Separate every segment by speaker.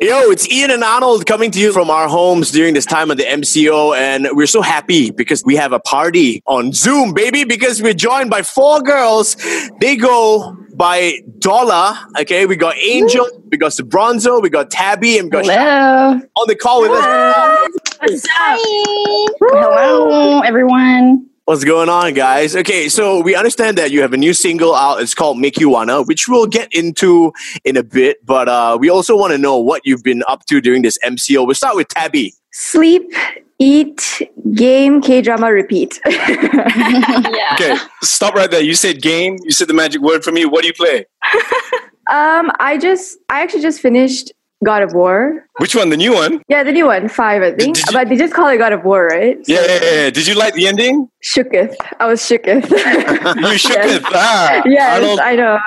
Speaker 1: Yo, it's Ian and Arnold coming to you from our homes during this time of the MCO, and we're so happy because we have a party on Zoom, baby, because we're joined by four girls. They go by Dollar, okay? We got Angel, we got Sabronzo, we got Tabby, and we got Sha-
Speaker 2: Hello.
Speaker 1: on the call with us.
Speaker 2: What's up? Hello, everyone.
Speaker 1: What's going on, guys? Okay, so we understand that you have a new single out. It's called Make You Wanna, which we'll get into in a bit, but uh, we also want to know what you've been up to during this MCO. We'll start with Tabby.
Speaker 3: Sleep, eat, game, K drama, repeat.
Speaker 2: yeah.
Speaker 4: Okay, stop right there. You said game. You said the magic word for me. What do you play?
Speaker 3: um, I just, I actually just finished God of War.
Speaker 4: Which one? The new one?
Speaker 3: Yeah, the new one, five, I think.
Speaker 4: Did you-
Speaker 3: but they just call it God of War, right?
Speaker 4: Yeah, yeah, yeah, yeah. Did you like the ending?
Speaker 3: Shooketh. I was shooketh.
Speaker 4: You shook
Speaker 3: Yes.
Speaker 4: it. Ah,
Speaker 3: yes,
Speaker 4: Arnold,
Speaker 3: I know.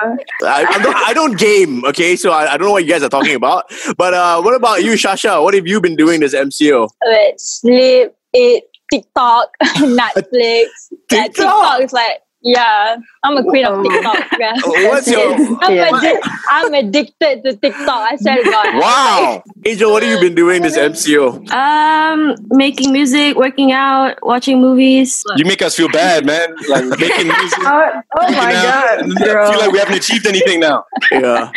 Speaker 1: I, I'm not, I don't game, okay? So I, I don't know what you guys are talking about. But uh, what about you, Shasha? What have you been doing this MCO?
Speaker 5: let sleep, eat, TikTok, Netflix. Yeah,
Speaker 1: TikTok?
Speaker 5: TikTok is like, yeah, I'm a queen of
Speaker 3: Oh.
Speaker 5: TikTok. Yeah.
Speaker 1: Oh, What's your
Speaker 5: I'm,
Speaker 3: Yeah.
Speaker 5: addic- I'm addicted to TikTok. I swear to God.
Speaker 4: wow.
Speaker 1: Angel? What have you been doing this MCO?
Speaker 6: Um, making music, working out, watching movies.
Speaker 4: You make us feel bad, man. Like making music.
Speaker 3: Oh, oh my
Speaker 4: now.
Speaker 3: god,
Speaker 4: I feel like
Speaker 3: girl.
Speaker 4: we haven't achieved anything now.
Speaker 1: Yeah.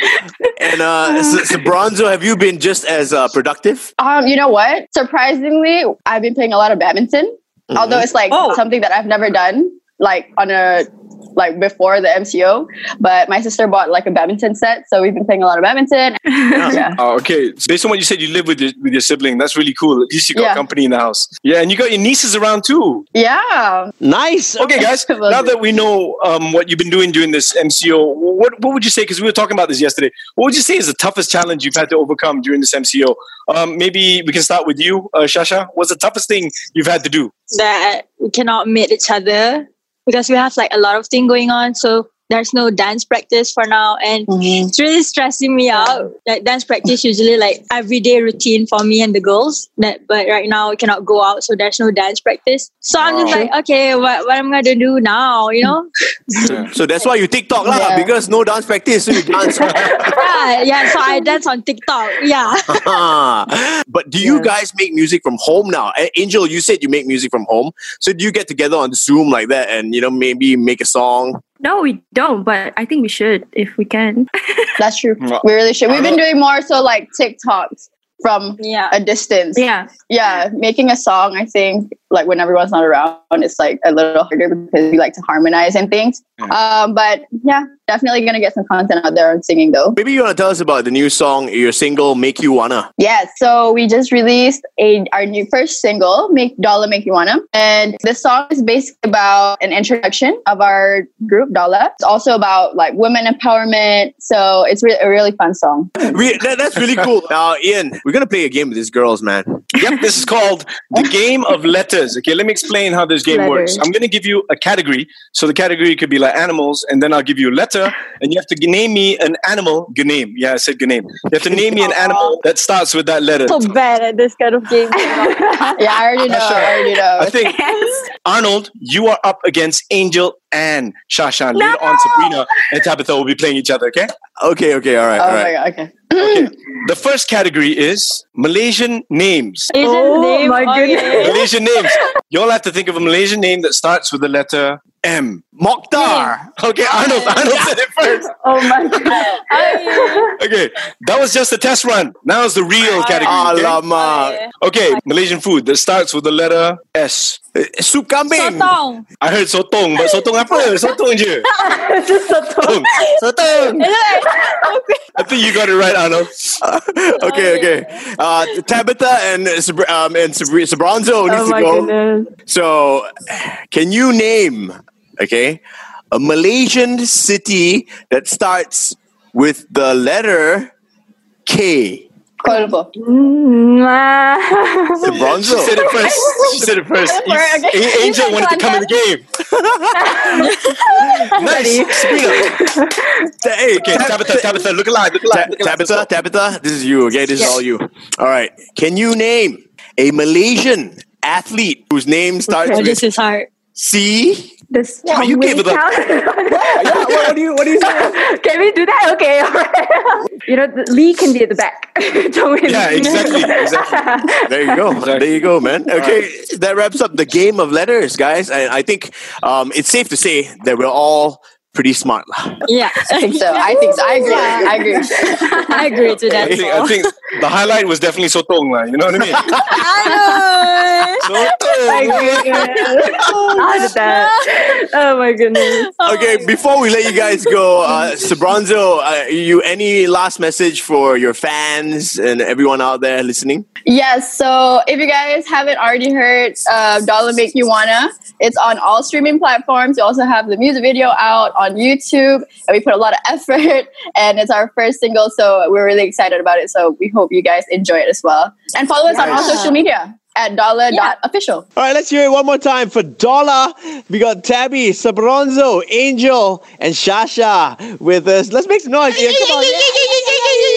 Speaker 1: And uh, S- Sabronzo, have you been just as uh, productive?
Speaker 2: Um, you know what? Surprisingly, I've been playing a lot of badminton.
Speaker 1: Mm-hmm.
Speaker 2: Although it's like
Speaker 6: Oh.
Speaker 2: something that I've never done, like on a like before the MCO. But my sister bought like a badminton set, so we've been playing a lot of badminton. yeah.
Speaker 4: Oh, okay. So based on what you said, you live with your, with your sibling. That's really cool. At least you got
Speaker 2: Yeah.
Speaker 4: company in the house. Yeah, and you got your nieces around too.
Speaker 2: Yeah.
Speaker 1: Mm-hmm. Nice.
Speaker 4: Okay, guys. now that we know um, what you've been doing during this MCO, what what would you say? Because we were talking about this yesterday. What would you say is the toughest challenge you've had to overcome during this MCO? Um, maybe we can start with you, uh, Shasha. What's the toughest thing you've had to do?
Speaker 5: That we cannot meet each other because we have like a lot of thing going on. So there's no dance practice for now. And it's really stressing me out. Like dance practice usually like everyday routine for me and the girls. That but right now we cannot go out, so there's no dance practice. So I'm just
Speaker 4: Wow.
Speaker 5: like, okay, what what am I gonna do now? You know?
Speaker 1: So that's why you TikTok lah,
Speaker 2: Yeah.
Speaker 1: because no dance practice, so you dance.
Speaker 5: yeah, yeah. So I dance on TikTok. Yeah.
Speaker 1: but do you
Speaker 3: Yeah.
Speaker 1: guys make music from home now? A- Angel, you said you make music from home. So do you get together on Zoom like that and, you know, maybe make a song?
Speaker 6: No, we don't, but I think we should if we can.
Speaker 2: That's true.
Speaker 4: Wow.
Speaker 2: We really should. We've been doing more so like TikToks from
Speaker 5: Yeah.
Speaker 2: a distance.
Speaker 6: Yeah.
Speaker 2: yeah, making a song, I think, like when everyone's not around, it's like a little harder because we like to harmonize and things. Um, but yeah, definitely gonna get some content out there on singing though.
Speaker 1: Maybe you want to tell us about the new song, your single, Make You Wanna.
Speaker 2: Yeah, so we just released a our new first single, Make Dollar Make You Wanna. And this song is basically about an introduction of our group, Dollar. It's also about like women empowerment. So it's re- a really fun song.
Speaker 1: We, that, that's really cool. Now, Ian, we're going to play a game with these girls, man.
Speaker 4: Yep, this is called the game of letters. Okay, let me explain how this game works.
Speaker 3: Letters.
Speaker 4: I'm going to give you a category. So the category could be like animals, and then I'll give you a letter, and you have to g- name me an animal. G- Name, yeah, I said g- name. You have to name me an animal that starts with that letter.
Speaker 5: So bad at this kind of game.
Speaker 2: Yeah, I already know. I already know.
Speaker 4: I think
Speaker 3: Oh
Speaker 4: Arnold, you are up against Angel and Shasha. Later on, Sabrina and Tabitha will be playing each other. Okay.
Speaker 1: Okay, okay, all right,
Speaker 2: Oh
Speaker 1: all right.
Speaker 2: my god, okay.
Speaker 4: Okay. the first category is Malaysian names.
Speaker 5: Asian
Speaker 3: Oh
Speaker 5: name
Speaker 3: my
Speaker 5: on
Speaker 3: goodness.
Speaker 5: it.
Speaker 4: Malaysian names. You'll have to think of a Malaysian name that starts with the letter M.
Speaker 1: Mokhtar.
Speaker 4: Okay, Arnold. Arnold said it first.
Speaker 3: Oh my god.
Speaker 5: Oh,
Speaker 4: Okay, that was just a test run. Now it's the real category. Okay?
Speaker 1: Alamak.
Speaker 5: yeah.
Speaker 4: okay, Malaysian food that starts with the letter S.
Speaker 1: Soup kambing.
Speaker 5: Sotong.
Speaker 4: I heard sotong, but sotong apa? Sotong je.
Speaker 3: It's just so tough.
Speaker 1: Sotong.
Speaker 4: Sotong. I think you got it right, Arnold.
Speaker 1: okay, okay. Uh, Tabitha and uh, Sabr- um, and Sabri- Sabronzo needs
Speaker 3: Oh
Speaker 1: to
Speaker 3: my
Speaker 1: go.
Speaker 3: goodness.
Speaker 1: So, can you name, okay, a Malaysian city that starts with the letter K?
Speaker 2: Kuala Lumpur.
Speaker 3: Mm, ah.
Speaker 1: Sabronzo.
Speaker 4: She said it first. She said it first.
Speaker 2: Okay.
Speaker 4: A- Angel wanted to come in the game. nice. Sabrina.
Speaker 1: Hey,
Speaker 4: Okay, Tabitha, Tabitha, look alive, look
Speaker 1: Ta-
Speaker 4: alive. Look alive.
Speaker 1: Tabitha, Tabitha, this is you, okay? This
Speaker 5: Yes.
Speaker 1: is all you. All right. Can you name a Malaysian athlete whose name starts
Speaker 5: Oh,
Speaker 1: with
Speaker 5: this is hard.
Speaker 1: C
Speaker 3: This
Speaker 4: Wow, you gave it up.
Speaker 1: yeah, what, what do you what do you say?
Speaker 3: Can we do that? Okay, all right. you know, the- Lee can be at the back. Chong Wei
Speaker 4: Yeah,
Speaker 3: Lee.
Speaker 4: exactly, exactly.
Speaker 1: There you go. There you go, man. Okay, that wraps up the game of letters, guys. And I think um, it's safe to say that we're all pretty smart. lah.
Speaker 5: Yeah,
Speaker 2: I think so. I think so. I agree. I agree.
Speaker 5: I agree to that.
Speaker 4: I think, I
Speaker 5: Paul.
Speaker 4: think the highlight was definitely Sotong, lah, you know what I mean?
Speaker 5: I
Speaker 4: Sotong. Oh
Speaker 3: How did that? Oh my goodness.
Speaker 5: know.
Speaker 1: Okay, before we let you guys go, uh, Sabronzo, uh, you any last message for your fans and everyone out there listening?
Speaker 2: Yes. So if you guys haven't already heard uh, Dollar Make You Wanna, it's on all streaming platforms. We also have the music video out on YouTube. And we put a lot of effort and it's our first single. So we're really excited about it. So we hope you guys enjoy it as well. And follow us on all
Speaker 5: Nice.
Speaker 2: social media at dollar dot official.
Speaker 1: All right, let's hear it one more time for Dollar. We got Tabby, Sabronzo, Angel, and Shasha with us. Let's make some noise here. Come on.